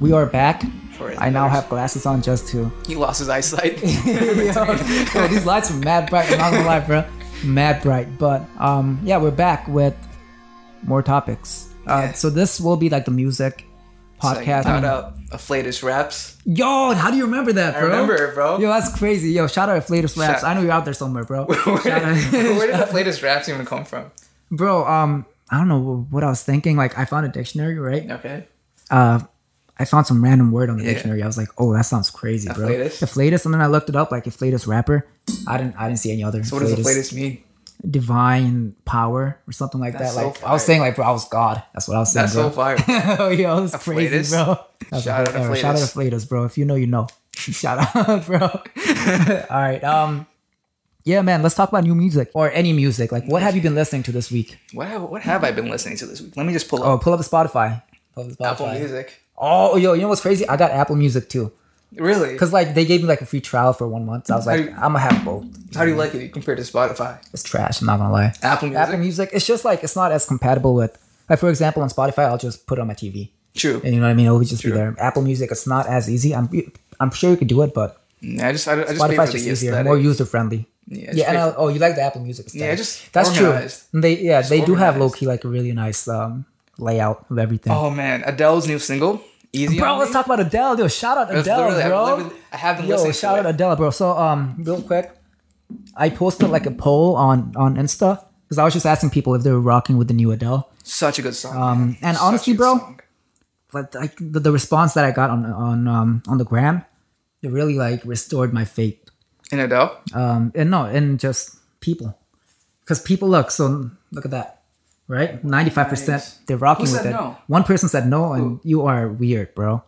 We are back. For his I now nurse. have glasses on just to. He lost his eyesight. yo, yo, these lights are mad bright. I'm not gonna lie, bro. Mad bright. But um, yeah, we're back with more topics. Uh, Yeah. So this will be like the music podcast. Shout out Afflatus Raps. Yo, how do you remember that, I bro? remember, bro. Yo, that's crazy. Yo, shout out to Flatus Raps. Shout- I know you're out there somewhere, bro. Where, Shout out. where did Afflatus Raps even come from? bro, um, I don't know what I was thinking. Like, I found a dictionary, right? Okay. uh, I found some random word on the Yeah. dictionary. I was like, "Oh, that sounds crazy, bro." Afflatus? Afflatus, and then I looked it up, like afflatus rapper. I didn't, I didn't see any other. So what does Afflatus mean? Divine power or something like That's that. so Like I was fire. saying, like bro, I was God. That's what I was saying. That's so bro. fire. oh, yo, that's crazy, Afflatus? bro. That's a Shout whole out era. Shout out afflatus, bro. If you know, you know. Shout out, bro. All right, um, yeah, man. Let's talk about new music or any music. Like, what have you been listening to this week? What have, what have I been listening to this week? Let me just pull up Oh, pull up the Spotify. Pull up the Spotify. Apple Music. Oh, yo, you know what's crazy? I got Apple Music too. Really? Cause like they gave me like a free trial for one month. So I was like, Hey. I'm gonna have both. How do you like it compared to Spotify? It's trash. I'm not gonna lie. Apple Music. Apple Music, it's just like it's not as compatible with. Like for example, on Spotify, I'll just put it on my TV, True. and you know what I mean. It'll just be there. Apple Music, it's not as easy. I'm I'm sure you could do it, but Mm, I just I, I just pay for Spotify's the just easier, aesthetic. more user friendly. yeah, just Yeah, and pay I, oh, you like the Apple Music? aesthetic. just that's organized. true. And They yeah, they do have low organized. key like a really nice um layout of everything. for- oh man, Adele's new single, Easy. Bro, on let's Me. talk about Adele, dude. Shout out That's Adele, literally- I've bro. literally- I have been Yo, listening shout to out it. Adele, bro. So, um, real quick, I posted like a poll on on Insta because I was just asking people if they were rocking with the new Adele. Such a good song. Um, man. and Such a honestly, good bro, song. But like the, the response that I got on on um on the gram, it really like restored my faith. And Adele. Um, and no, and just people, because people look. So look at that, right? Ninety five percent Nice. they're rocking Who with said it. no? One person said no, and you are weird, bro.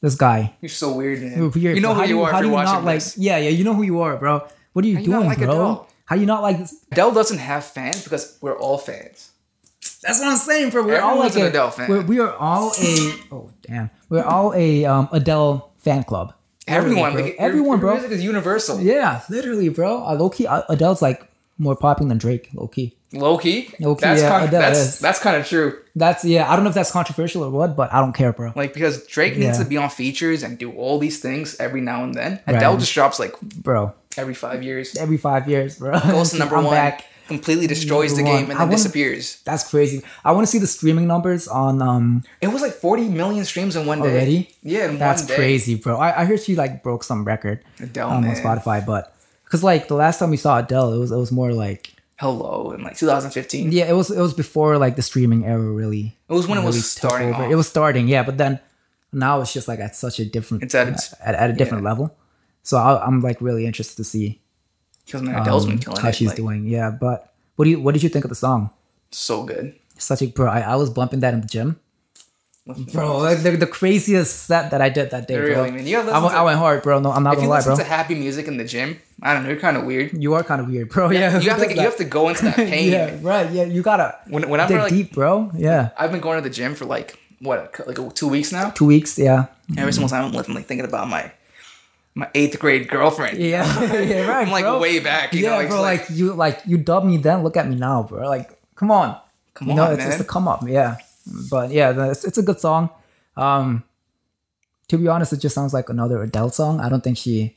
This guy. You're so weird, man. You're weird, You bro. know who How do you are How if do you you're watching not like? this. Yeah, yeah. You know who you are, bro. What are you you not doing, like bro? Adele? How you not like this? Adele doesn't have fans because we're all fans. That's what I'm saying, bro. We're all Everyone's like an a, Adele fan. We're, we are all a. Oh damn. We're all a um, Adele fan club. Literally, Everyone, bro. like, your- everyone, your bro. Music is universal. Yeah, literally, bro. Uh, low key, uh, Adele's like more popular than Drake. Low key. Low key. Low key, that's yeah, kind of, Adele that's is. that's kind of true. That's yeah. I don't know if that's controversial or what, but I don't care, bro. Like because Drake needs Yeah. to be on features and do all these things every now and then. Right. Adele just drops like Bro, every five years. every five years, bro. Goes to number I'm one, Back. completely destroys Number the game, one. and I then wanna- disappears. That's crazy. I want to see the streaming numbers on um It was like 40 million streams in one day. Already? Yeah, in That's one day. crazy, bro. I, I heard she like broke some record Adele, um, on man. Spotify, but because like the last time we saw Adele, it was it was more like Hello, in like 2015. yeah, it was it was before like the streaming era really. It was when it really was took starting over. off. It was starting, yeah, but then now it's just like at such a different It's at its- at, at a different level. So I, I'm like really interested to see because man, Adele's been um, killing how it. she's like, doing. Yeah, but what do you what did you think of the song? so good. Such a bro, I, I was bumping that in the gym. Bro, like the, the craziest set that I did that day, bro. Really, man. You gotta I, listen went, to- I went hard, bro. No, I'm not If gonna you lie, listen bro. to happy music in the gym, I don't know, you're kind of weird. You are kind of weird, bro. Yeah, You have to you have to go into that pain. Yeah, right. Yeah, you gotta When when I'm dig like deep, bro. Yeah, I've been going to the gym for like what like two weeks now. two weeks. Yeah, Every single Mm-hmm. time I'm lifting, like thinking about my my eighth grade girlfriend. yeah, yeah. Right, I'm like bro. way back. You yeah, know, like, bro. it's Like, you, like you dubbed me then. Look at me now, bro. Like, come on. come you know, on, it's, man. it's the come up. Yeah, but yeah, the- it's, it's a good song. Um, to be honest, it just sounds like another Adele song. I don't think she.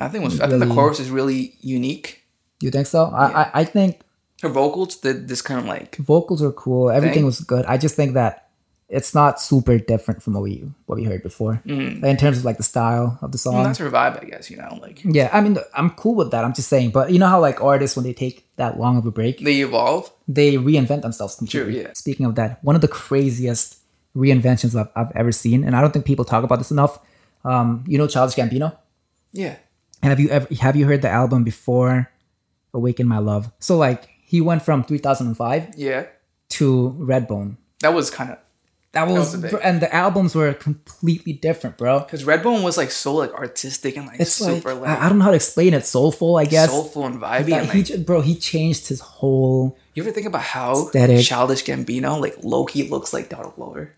I think it was, I think the really- chorus is really unique. You think so? I, I, I think Her vocals did this kind of like vocals are cool. Everything Thank- was good. I just think that it's not super different from what we what we heard before Mm-hmm. in terms of like the style of the song. well, that's her vibe, I guess. You know, like Yeah, I mean, I'm cool with that. I'm just saying, but you know how like artists when they take that long of a break, they evolve. they reinvent themselves completely. True, yeah. Speaking of that, one of the craziest reinventions I've, I've ever seen, and I don't think people talk about this enough. Um, you know, Childish Gambino. Yeah, Have you ever have you heard the album before, Awaken My Love? So like he went from 3005 yeah. to Redbone. That was kind of That was, was a big- and the albums were completely different, bro. because Redbone was like so like artistic and like It's super like like, I, I don't know how to explain it. Soulful, I guess. soulful and vibey. That and, like, he, j- bro, he changed his whole you ever think about how Aesthetic. childish Gambino like Loki looks like Donald Glover?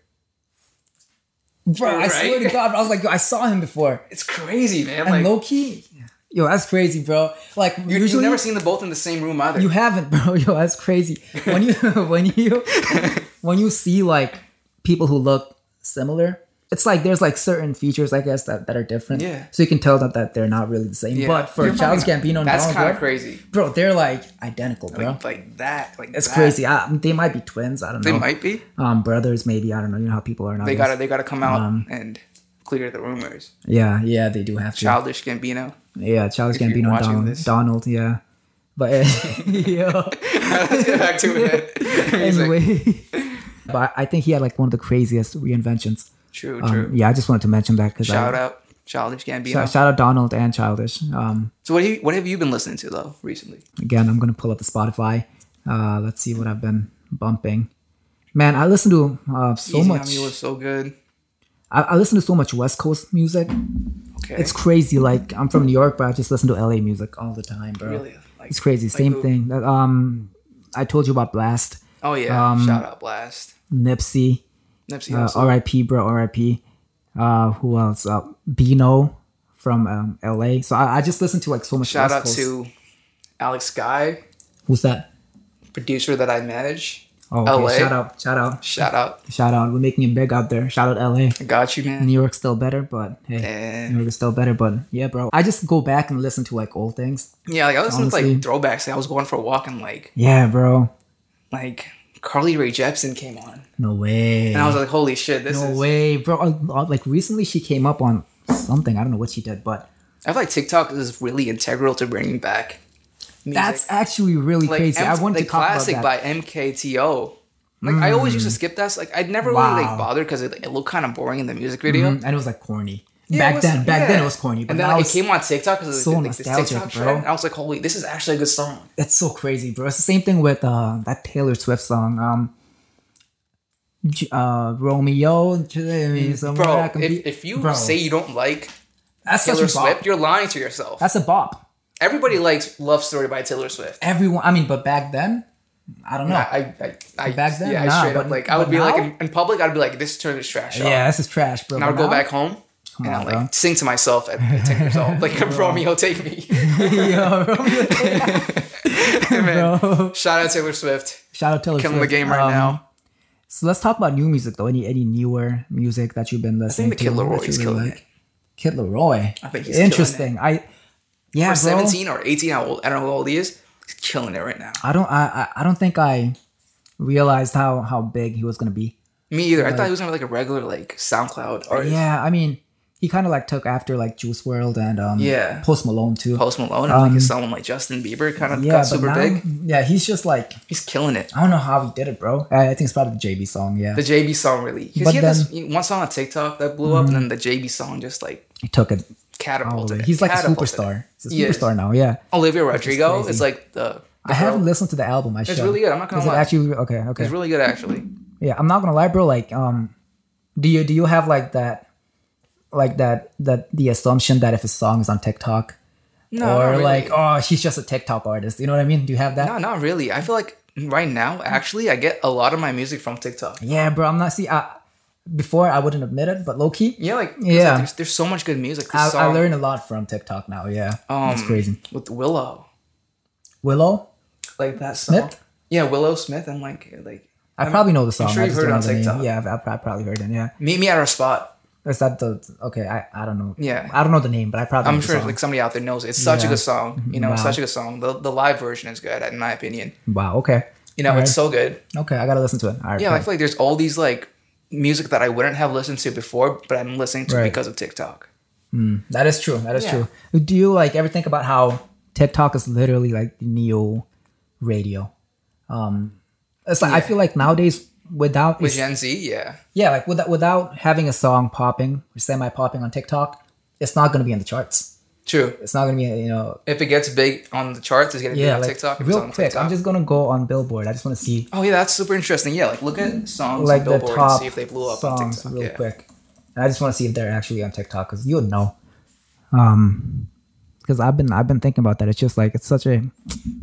Bro, I swear to Right? God, bro, I was like, yo, I saw him before. It's crazy, man. And Like low key, yo, that's crazy, bro. Like you, usually have never seen them both in the same room either. you haven't, bro. Yo, that's crazy. When you when you when you see like people who look similar, it's like there's like certain features I guess that, that are different. Yeah. So you can tell that, that they're not really the same. Yeah. But for You're Childs probably Gambino and That's Donald kind of Glover, crazy. bro, they're like identical, bro. Like, like that. Like it's that. crazy. I, they might be twins. I don't They know. might be. Um, brothers, maybe. I don't know. You know how people are now. They I guess. gotta. They gotta come out Um, and clear the rumors. Yeah, yeah, they do have to. Childish Gambino. yeah, Childs you're Gambino, watching Donald, this. Donald. Yeah, but uh, yeah. Let's get back to it. He's like, anyway, but I think he had like one of the craziest reinventions. true. True. Um, yeah, I just wanted to mention that because Shout out Childish Gambino. Shout, shout out Donald and Childish. Um, So what, do you, what have you been listening to though recently? again, I'm gonna pull up the Spotify. Uh, let's see what I've been bumping. Man, I listen to uh, so Easy much. on You was so good. I, I listen to so much West Coast music. Okay. It's crazy. Like I'm from New York, but I just listen to LA music all the time, bro. really like It's crazy. Same who? thing. That, um, I told you about Blast, oh yeah. um, shout out Blast. Nipsey, Nipsey uh, Hussle. R.I.P. Bro, R.I.P. Uh, who else? Uh, Bino from um, L.A. So I, I just listen to like so much. Shout West out Coast. to Alex Sky, who's that? producer that I manage. Oh, okay. LA. shout out, shout out, Shout out. shout out. We're making it big out there. Shout out L.A. I got you, man. New York's still better, but hey, New And York is still better, but yeah, bro. I just go back and listen to like old things. yeah, like I listened Honestly. to like throwbacks. Like, I was going for a walk and like Yeah, bro. like Carly Rae Jepsen came on, No way. and I was like, holy shit, this No is. way, bro. Uh, uh, Like recently, she came up on something. I don't know what she did, but I feel like TikTok is really integral to bringing back. Music. that's actually really like, crazy. I M- wanted like to talk classic about that. Mm. by MKTO. Like I always used to skip that. So, like I'd never really Wow. like bothered because it, it looked kind of boring in the music video. Mm, and it was like corny. Yeah, back it was- then, back then yeah. it was corny, but and then now like, it it's, came on TikTok because so so like, this nostalgic, TikTok bro. trend. and I was like, holy, this is actually a good song. it's so crazy, bro. It's the same thing with uh, that Taylor Swift song, um, J- uh, Romeo. Bro, Mm, Bro, if, if you bro, say you don't like that's Taylor such a bop. Swift, you're lying to yourself. that's a bop. Everybody likes Love Story by Taylor Swift. Everyone, I mean, but back then, I don't know. I, I, I, I Back then, yeah, I nah, straight but- up like I would but be like now? in, in public, I'd be like, this turn is trash. y'all. yeah, this is trash, bro. And I would But go now- back home and on, I'd like bro. sing to myself at, at 10 years old. Like, Romeo, take me. Yeah, Romeo, Man, bro. Shout out Taylor Swift. Shout out Taylor Killing Swift. the game right Um, now. So let's talk about new music though. Any any newer music that you've been listening the to? Kid Laroi that you is really killing like? Kid Leroy. I think he's killing interesting. I yeah, Or bro. 17 or 18, how old? I don't know how old he is. He's killing it right now. I don't I I- I don't think I realized how how big he was gonna be. Me either. I thought he was gonna be like a regular like SoundCloud artist. Yeah, I mean he kind of like took after like Juice World and um Yeah. Post Malone too. Post Malone and like someone like Justin Bieber kind of Um, yeah, got but super now, big. yeah, he's just like He's killing it. I don't know how he did it, bro. I, I think it's probably the JB song. Yeah, The JB song really. Because But he had this one song on TikTok that blew up, and then the JB song just like he took it. all the catapulted. way. it. Oh, He's like a Catapulted it. superstar. He's a Yes. superstar now. Yeah. Olivia Rodrigo crazy. is like the. the I haven't girl. listened to the album. I should. really good. I'm not gonna Is it lie. actually okay? Okay. It's really good actually. yeah, I'm not gonna lie, bro. Like, um, do you do you have like that, like that that the assumption that if a song is on TikTok No, or not really. like oh she's just a TikTok artist, you know what I mean? Do you have that? no, not really. I feel like right now, actually, I get a lot of my music from TikTok. Yeah, bro. I'm not see. I, before I wouldn't admit it, but low key, Yeah, like 'cause, Yeah. like, there's, there's so much good music. This I, song I learned a lot from TikTok now. Yeah, it's Um, crazy. with Willow, Willow, like that song. Smith? Yeah, Willow Smith and like like I probably know the song. sure I you've just heard don't know it on the name. TikTok. Yeah, I've, I've I've probably heard it. Yeah, Meet Me at Our Spot. is that the okay? I, I don't know. Yeah. I don't know the name, but I probably. know I'm the sure song. like somebody out there knows it. It's such Yeah. a good song. You know, it's Wow. such a good song. The the live version is good, in my opinion. Wow. Okay. You know, Alright. it's so good. Okay, I gotta listen to it. All right. Yeah, I feel like there's all these like music that I wouldn't have listened to before, but I'm listening to Right. because of TikTok. That is true. That is Yeah. true. Do you like ever think about how TikTok is literally like neo radio? Um, it's like I feel like nowadays without With Gen Z, yeah. yeah, like without without having a song popping or semi popping on TikTok, it's not gonna be in the charts. True. It's not gonna be you know If it gets big on the charts, it's gonna be yeah on like TikTok. if it's real on quick. TikTok. I'm just gonna go on Billboard. I just want to see Oh yeah, that's super interesting. Yeah, like look at songs like on the Billboard and top see if they blew up on songs TikTok. real yeah. quick. And I just want to see if they're actually on TikTok because you would know. Um, because I've been I've been thinking about that. It's just like it's such a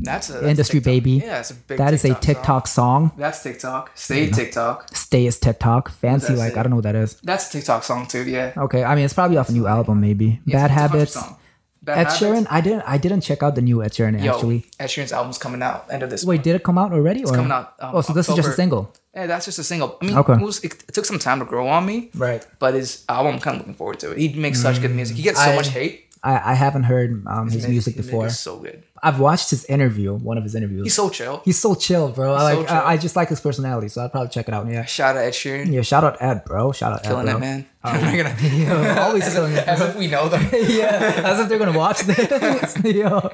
That's a that's Industry TikTok. baby. Yeah, it's a big. that is TikTok a TikTok song. Song. That's TikTok. Stay TikTok. Stay is TikTok. Fancy That's like it. I don't know what that is. That's a TikTok song too. Yeah. Okay, I mean it's probably off a new album maybe. Bad Yeah, it's a TikTok Habits. song. Bad Ed Habits. Sheeran. I didn't I didn't check out the new Ed Sheeran Yo, actually. Ed Sheeran's album's coming out end of this. Wait, month. did it come out already? or? coming out, um, oh, so this is just a October. single. Yeah, that's just a single. I mean, Okay. it, was- it took some time to grow on me, Right. but his album, I'm kind of looking forward to it. He makes such good music. He gets so Mm. I- much hate. I, I haven't heard um, his Man, music his before. is so good. I've watched his interview, one of his interviews. He's so chill. He's so chill, bro. I so like chill. I, I just like his personality, so I'll probably check it out. Yeah. Shout out Ed Sheeran, Yeah, shout out Ed, bro. Shout out killing Ed, it, bro. Oh. man. I'm not gonna- Yo, always killing it. As if we know them. yeah, as if they're gonna watch this. Yo,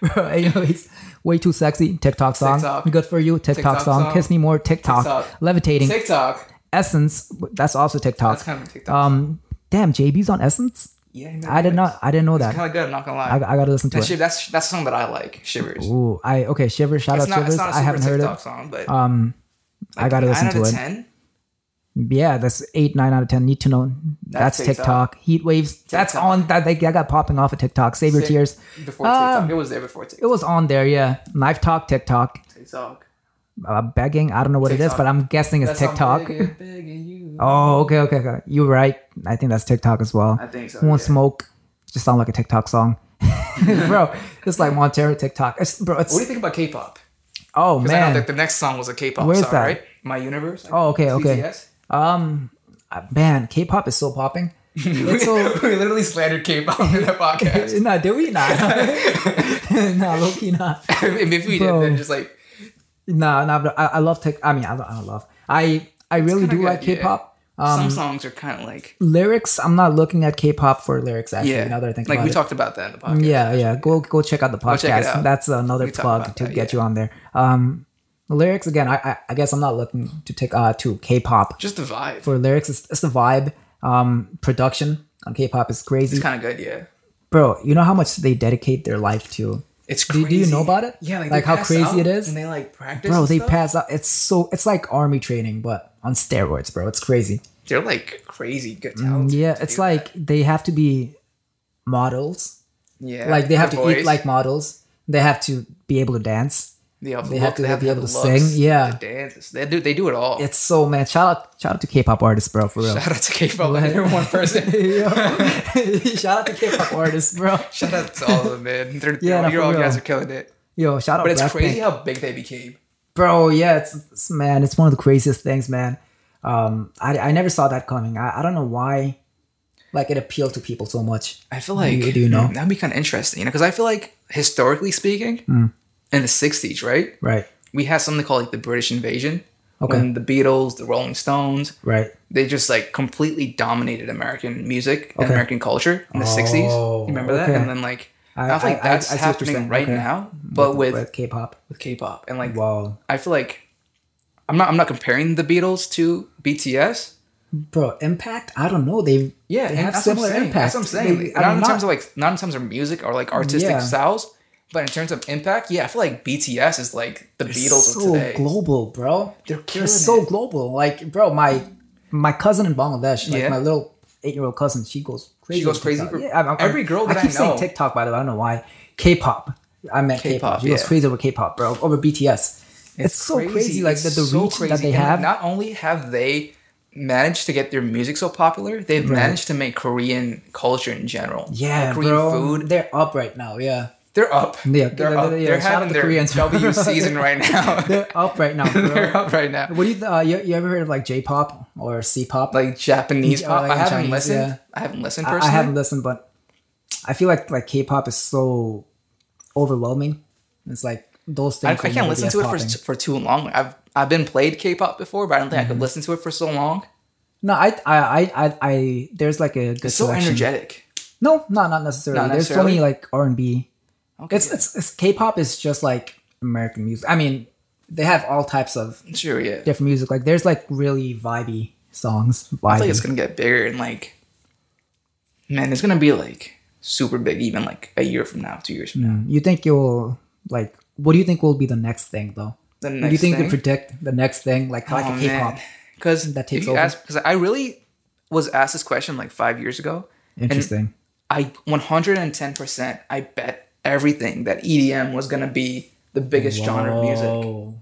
bro. Anyways, way too sexy. TikTok song. TikTok. Good for you. TikTok, TikTok song. song. Kiss me more. TikTok. TikTok. Levitating. TikTok. Essence. That's also TikTok. That's kind of TikTok. um, damn, JB's on Essence. yeah, I did not. I didn't know that. Kind of good. I'm not gonna lie. I, I gotta listen to That's it. shi- that's that's a song that I like. Shivers. Ooh, I okay. Shiver. Shout It's out not, Shivers. it's not I a super haven't heard TikTok it. song, but Um, I gotta nine listen out to of it. ten. Yeah, that's eight, nine out of ten. Need to know. That's, That's TikTok. Heat waves. That's TikTok. on that. They, that got popping off of TikTok. Save your Sa- tears. Before Um, TikTok, it was there before It TikTok. was on there. Yeah, knife talk, TikTok, TikTok. uh, begging. I don't know what it is, TikTok. but I'm guessing it's That's how TikTok. big it- big it you- Oh, okay, okay, okay. You're right. I think that's TikTok as well. I think so. Won't yeah. smoke. Just sound like a TikTok song, bro. It's like Montero TikTok. It's, bro, What do it's you think about K-pop? oh Because I know that man, the next song was a K-pop Where's song, that? right? My Universe. Oh, okay, okay. CCS? um, uh, man, K-pop is so popping. It's so we literally slandered K-pop in that podcast. nah, did we not? nah, low key not. and if we Bro. did, then just like Nah, nah. But I, I love tech. I mean, I don't, I don't love. I I really kinda do good, like yeah. K-pop. some songs are kind of like Lyrics. I'm not looking at K-pop for lyrics. Actually, yeah. now that I think like about we it. talked about that in the podcast. yeah, yeah. Go go check out the check it podcast. out. That's another We talk plug about to that, get yeah. you on there. Um, lyrics again. I I, I guess I'm not looking to take uh to K-pop Just the vibe. for lyrics. It's, it's the vibe. Um, production on K-pop is crazy, It's kind of good. Yeah. bro. You know how much they dedicate their life to. It's Do- crazy. do you know about it? Yeah, like, Like they how pass crazy out it is? And they like practice. bro and they stuff. pass out it's so it's like army training but on steroids bro it's crazy They're like crazy good talent. Mm, yeah it's like they have to be models yeah, like they have to their eat voice, like models they have to be able to dance they have, they look, have to they have be able the to looks, sing, yeah. the dances. They do they do it all. it's so man shout out shout out to k-pop artists bro for real Shout out to K-pop. Like, you're one person. Yo. shout out to k-pop artists bro Shout out to all of them, man. They're, Yeah, no, you for all real. guys are killing it. yo shout out But it's Blackpink. crazy how big they became. bro yeah it's, it's- man it's one of the craziest things man um i, I never saw that coming I, I don't know why like it appealed to people so much I feel like you- do you know? that'd be kind of interesting, you know, because I feel like historically speaking, Hmm. in the '60s, right, right we had something called like the British Invasion. Okay. When the Beatles, the Rolling Stones, right they just like completely dominated American music and Okay. American culture in the '60s. Oh, You remember that? okay. And then like I- I, feel like I- I- that's I see what you're saying. happening right Okay. now, but with with k-pop with K-pop and like wow I feel like I'm not I'm not comparing the Beatles to BTS. bro impact i don't know they Yeah, they and have that's what I'm similar saying. impact That's what I'm saying. They- Like, I not mean, in terms not- of like not in terms of music or like artistic Yeah. styles, but in terms of impact, yeah, I feel like BTS is like the Beatles so of today. global bro They're they're killing so it. global like bro my my cousin in bangladesh like Yeah. my little eight-year-old cousin she goes crazy She goes on crazy TikTok. for yeah, I'm- I'm- every girl that I keep saying know. tiktok by the way i don't know why k-pop i meant k-pop, K-pop, she goes yeah. crazy over k-pop bro over bts it's, so crazy, like It's the, the so reach that crazy. they And have Not only have they managed to get their music so popular, they've managed to make Korean culture in general. yeah Like, Korean bro food. they're up right now yeah They're up. Yeah, they're yeah, up. yeah, yeah. They're Shout out having to their Koreans. W season right now. they're up right now bro. they're up right now. What do you, th- uh, you you ever heard of like J-pop or C-pop? Like Japanese Yeah, pop. like I haven't Chinese, listened. yeah. I haven't listened I, personally. I haven't listened, but I feel like like K-pop is so overwhelming. It's like those I, I things. will can't never listen be to it as for, popping. for too long. I've I've been played K-pop before, but I don't think Mm-hmm. I could listen to it for so long. no, I, I, I, I, I, there's like a good It's so selection. energetic. No, no, not necessarily. Not there's so necessarily? many like R and B. Okay, It's, it's it's K-pop is just like American music. I mean, they have all types of yeah. sure, yeah. different music. Like there's like really vibey songs. Vibey. I feel like it's gonna get bigger and like, man, it's gonna be like super big even like a year from now, two years from now. Mm. You think you'll like? What do you think will be the next thing though? The What do you next think thing? Oh, you predict the next thing? Like like a K-pop. because That that takes takes if you over. Because I really was asked this question like five years ago. Interesting. I 110 percent I bet everything that EDM was gonna be the biggest genre of music. Whoa.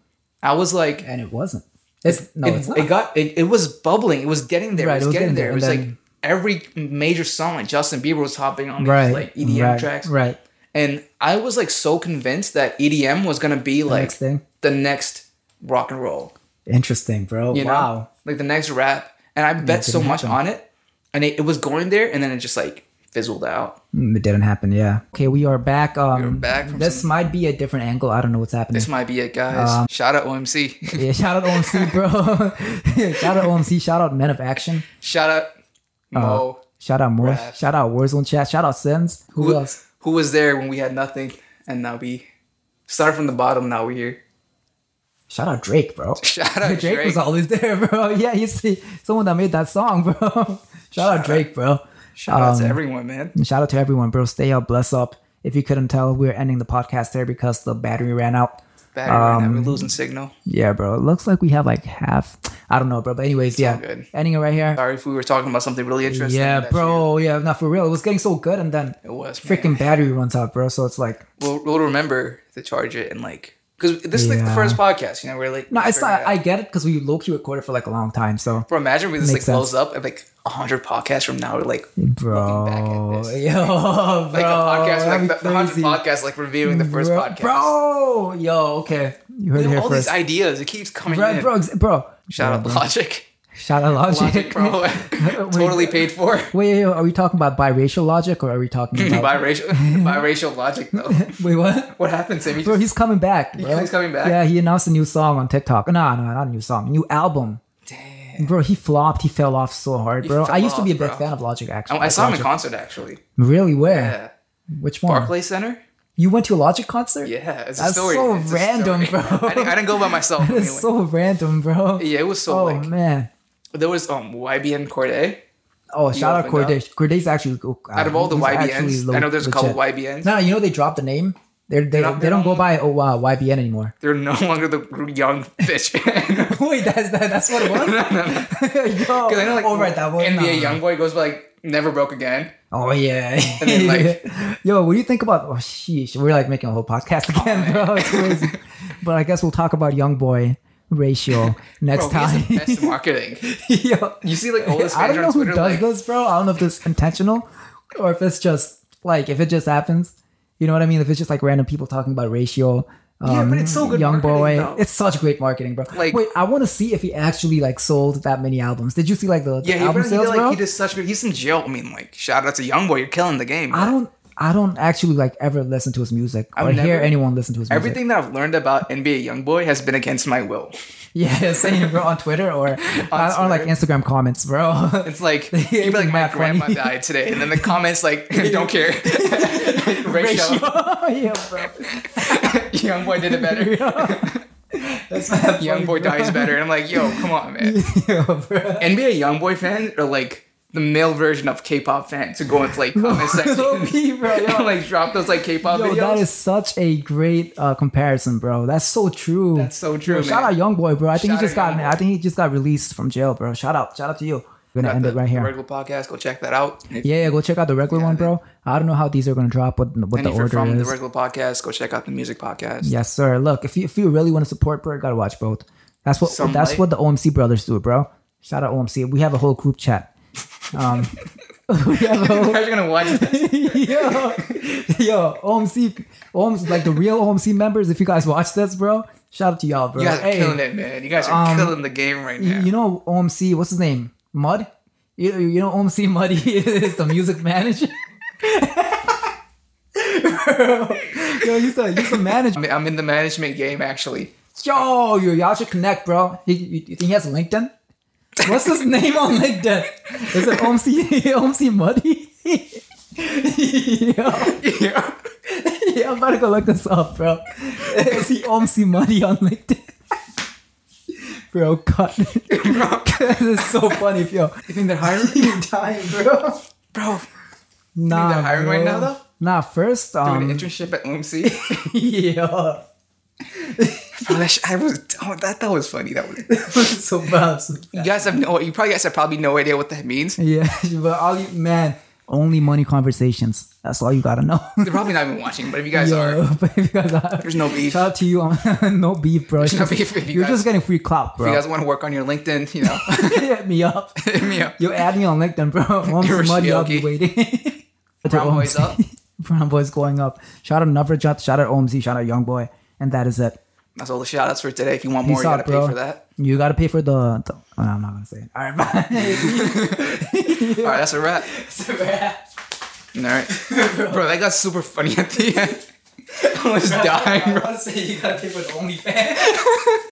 I was like, And it wasn't. It's no, it's it, not. it got it, it was bubbling. It was getting there. Right, it was getting, there. It was and like every major song, like Justin Bieber was hopping on these right. like EDM right, tracks. Right. And I was E like so convinced that EDM was gonna be like Next thing. the next rock and roll. Interesting, bro. You know, wow. like the next rap, and I bet so didn't much happen. on it, and it, it was going there, and then it just like fizzled out. Mm, It didn't happen. Yeah. Okay, we are back. Um, We're back from this might be a different angle. I don't know what's happening. This might be it, guys. Um, shout out OMC. yeah, shout out OMC, bro. shout out OMC. Shout out Men of Action. shout out uh, Mo. Shout out Moore. Rap. Shout out Warzone Chat. Shout out Sins. Who, who, else? who was there when we had nothing, and now we start from the bottom. Now we're here. Shout out Drake, bro. Shout out Drake, Drake. was always there, bro. Yeah, he's the- someone that made that song, bro. Shout, out Drake, bro. Shout out to Um, everyone, man. And shout out to everyone, bro. Stay up, bless up. If you couldn't tell, we are ending the podcast there because the battery ran out. Battery right now. um, We're losing signal. Yeah, bro. It looks like we have like half. I don't know, bro. But anyways, yeah, good. ending it right here. Sorry if we were talking about something really interesting. Yeah, that bro. Yeah, not for real. It was getting so good, and then shit- It was man. freaking battery runs out, bro. So it's like, We'll, we'll remember to charge it and like because this is like the Yeah. first podcast. You know, we're like no, it's figuring not. it out. I get it because we low key recorded for like a long time. So, Bro, imagine we just like Makes blows up and like hundred podcasts from now, we're like back bro, at this, yo, bro, like a that'd podcast, like be the, the hundred crazy. podcasts, like reviewing the first bro, podcast. bro, yo, okay, you heard it here all first, these ideas, it keeps coming bro, in. bro, ex- bro. Shout out Logic, Shout out logic, Logic, bro, totally paid for. Wait, wait, wait, are we talking about biracial logic or are we talking about biracial, biracial Logic though. wait what? What happened, Sammy? Bro, he's coming back. Bro. he's coming back? Yeah, he announced a new song on TikTok. No, no, not a new song, new album. Damn. Bro, he flopped. He fell off so hard, bro. fell I used to be a off, big bro. fan of Logic, I, actually. I saw him in Logic. concert actually. Really? Where? Yeah, Which one? Barclay Center. You went to a Logic concert? Yeah, it's That's a story. so It's a random, story. bro. I didn't, I didn't go by myself. That anyway. is so random, bro. yeah, it was so oh, like man. there was um YBN Corday. Oh, shout out opened up. Corday. Corday's actually. oh, God, Out of all the he's actually YBNs, I know there's a couple legit. YBNs. No, you know they dropped the name? They're, they, not- they they're don't go not- by oh, wow, YBN anymore. They're no longer the young bitch. Because Wait, that's that, that's what it was. No, no, no. Yo, I know like oh, right, that one. NBA nah. YoungBoy goes by like Never Broke Again. Oh yeah. And then, like- yo, what do you think about? Oh sheesh, we're like making a whole podcast Oh, again, bro. It's crazy. but I guess we'll talk about young boy ratio next Bro, he's time. the best in marketing. yo, You see like all this I don't fans know on who Twitter does like this, bro. I don't know if this is intentional or if it's just like if it just happens. You know what I mean? If it's just like random people talking about ratio. Um, but it's so good young boy. marketing, though. It's such great marketing, bro. Like- wait, I want to see if he actually like sold that many albums. Did you see like the, the yeah, he, album really, sales, did, like, bro? he did such good. He's in jail. I mean, like shout out to YoungBoy, you're killing the game. I bro. don't I don't actually like ever listen to his music or I've hear never- anyone listen to his music. Everything that I've learned about NBA YoungBoy has been against my will. Yeah, same bro on Twitter or on, or, like Instagram comments, bro. It's like you'd be like, my Mad funny. grandma died today, and then the comments like, don't care. Ratio. Ratio, yeah, bro. young boy did it better. That's mad Young funny, boy bro. dies better. And I'm like, yo, come on, man. Yo, bro. NBA young boy fans are like the male version of K-pop fans who go into like comment Low section key, bro. Yo, and like drop those like K-pop yo, videos. that is such a great uh, comparison, bro. That's so true. That's so true, man. Shout out Young Boy, bro. I think Shout he just out got Youngboy. I think he just got released from jail, bro. Shout out. Shout out to you. We're gonna Got end the it right here. Regular podcast. Go check that out. If, yeah, yeah, go check out the regular one, bro. I don't know how these are gonna drop, what what and the if you're order from is. the regular podcast, go check out the music podcast. Yes, sir. Look, if you if you really want to support, bro, you gotta watch both. That's what Some that's like- what the OMC brothers do, bro. Shout out OMC. We have a whole group chat. Um, we have a whole, How are you gonna watch this? yo, yo, OMC, OMC, like the real OMC members. If you guys watch this, bro, shout out to y'all, bro. You guys are Hey, Um, killing it, man. You guys are killing the game right now. you know OMC, what's his name? Mud. You, you know OMC Muddy is the music manager. Yo, you said you the manager. I'm- I'm in the management game actually. Yo, yo, y'all should connect, bro. He, you, you think he has LinkedIn? What's his name on LinkedIn? Is it OMC, OMC Muddy? yo, yeah. yeah, I'm about to go look this up, bro. Is he OMC Muddy on LinkedIn? bro, cut. Bro, this is so funny, yo. you think they're hiring? You're dying, bro. Bro, Nah, they're hiring bro. right now, though? Nah, first, doing um, an internship at OMC. yo, bro, that sh- I was oh, that that was funny. That was. so bad. so You guys have no. You probably guys have probably no idea what that means. Yeah, but all you man, only money conversations. That's all you gotta know. They're probably not even watching. But if you guys Yo, are, but if you guys are- There's no beef. Shout out to you, um, no beef, bro. no beef if you are guys- just getting free clout, if bro. you guys want to work on your LinkedIn, you know, Hit me up. hit me up. You add me on LinkedIn, bro. Mom's You're a muddy, I'll be shiogi. waiting. To Brown boys OMC. up. Brown boys going up. Shout out Navrajat. Shout out OMC. Shout out Young Boy. And that is it. That's all the shout outs for today. If you want more, Peace you gotta out, bro. pay for that. You gotta pay for the. the oh, no, I'm not gonna say it. All right, bye. All right, that's a wrap. All right, bro, that got super funny at the end. I was dying, bro. to say you gotta pay for the OnlyFans.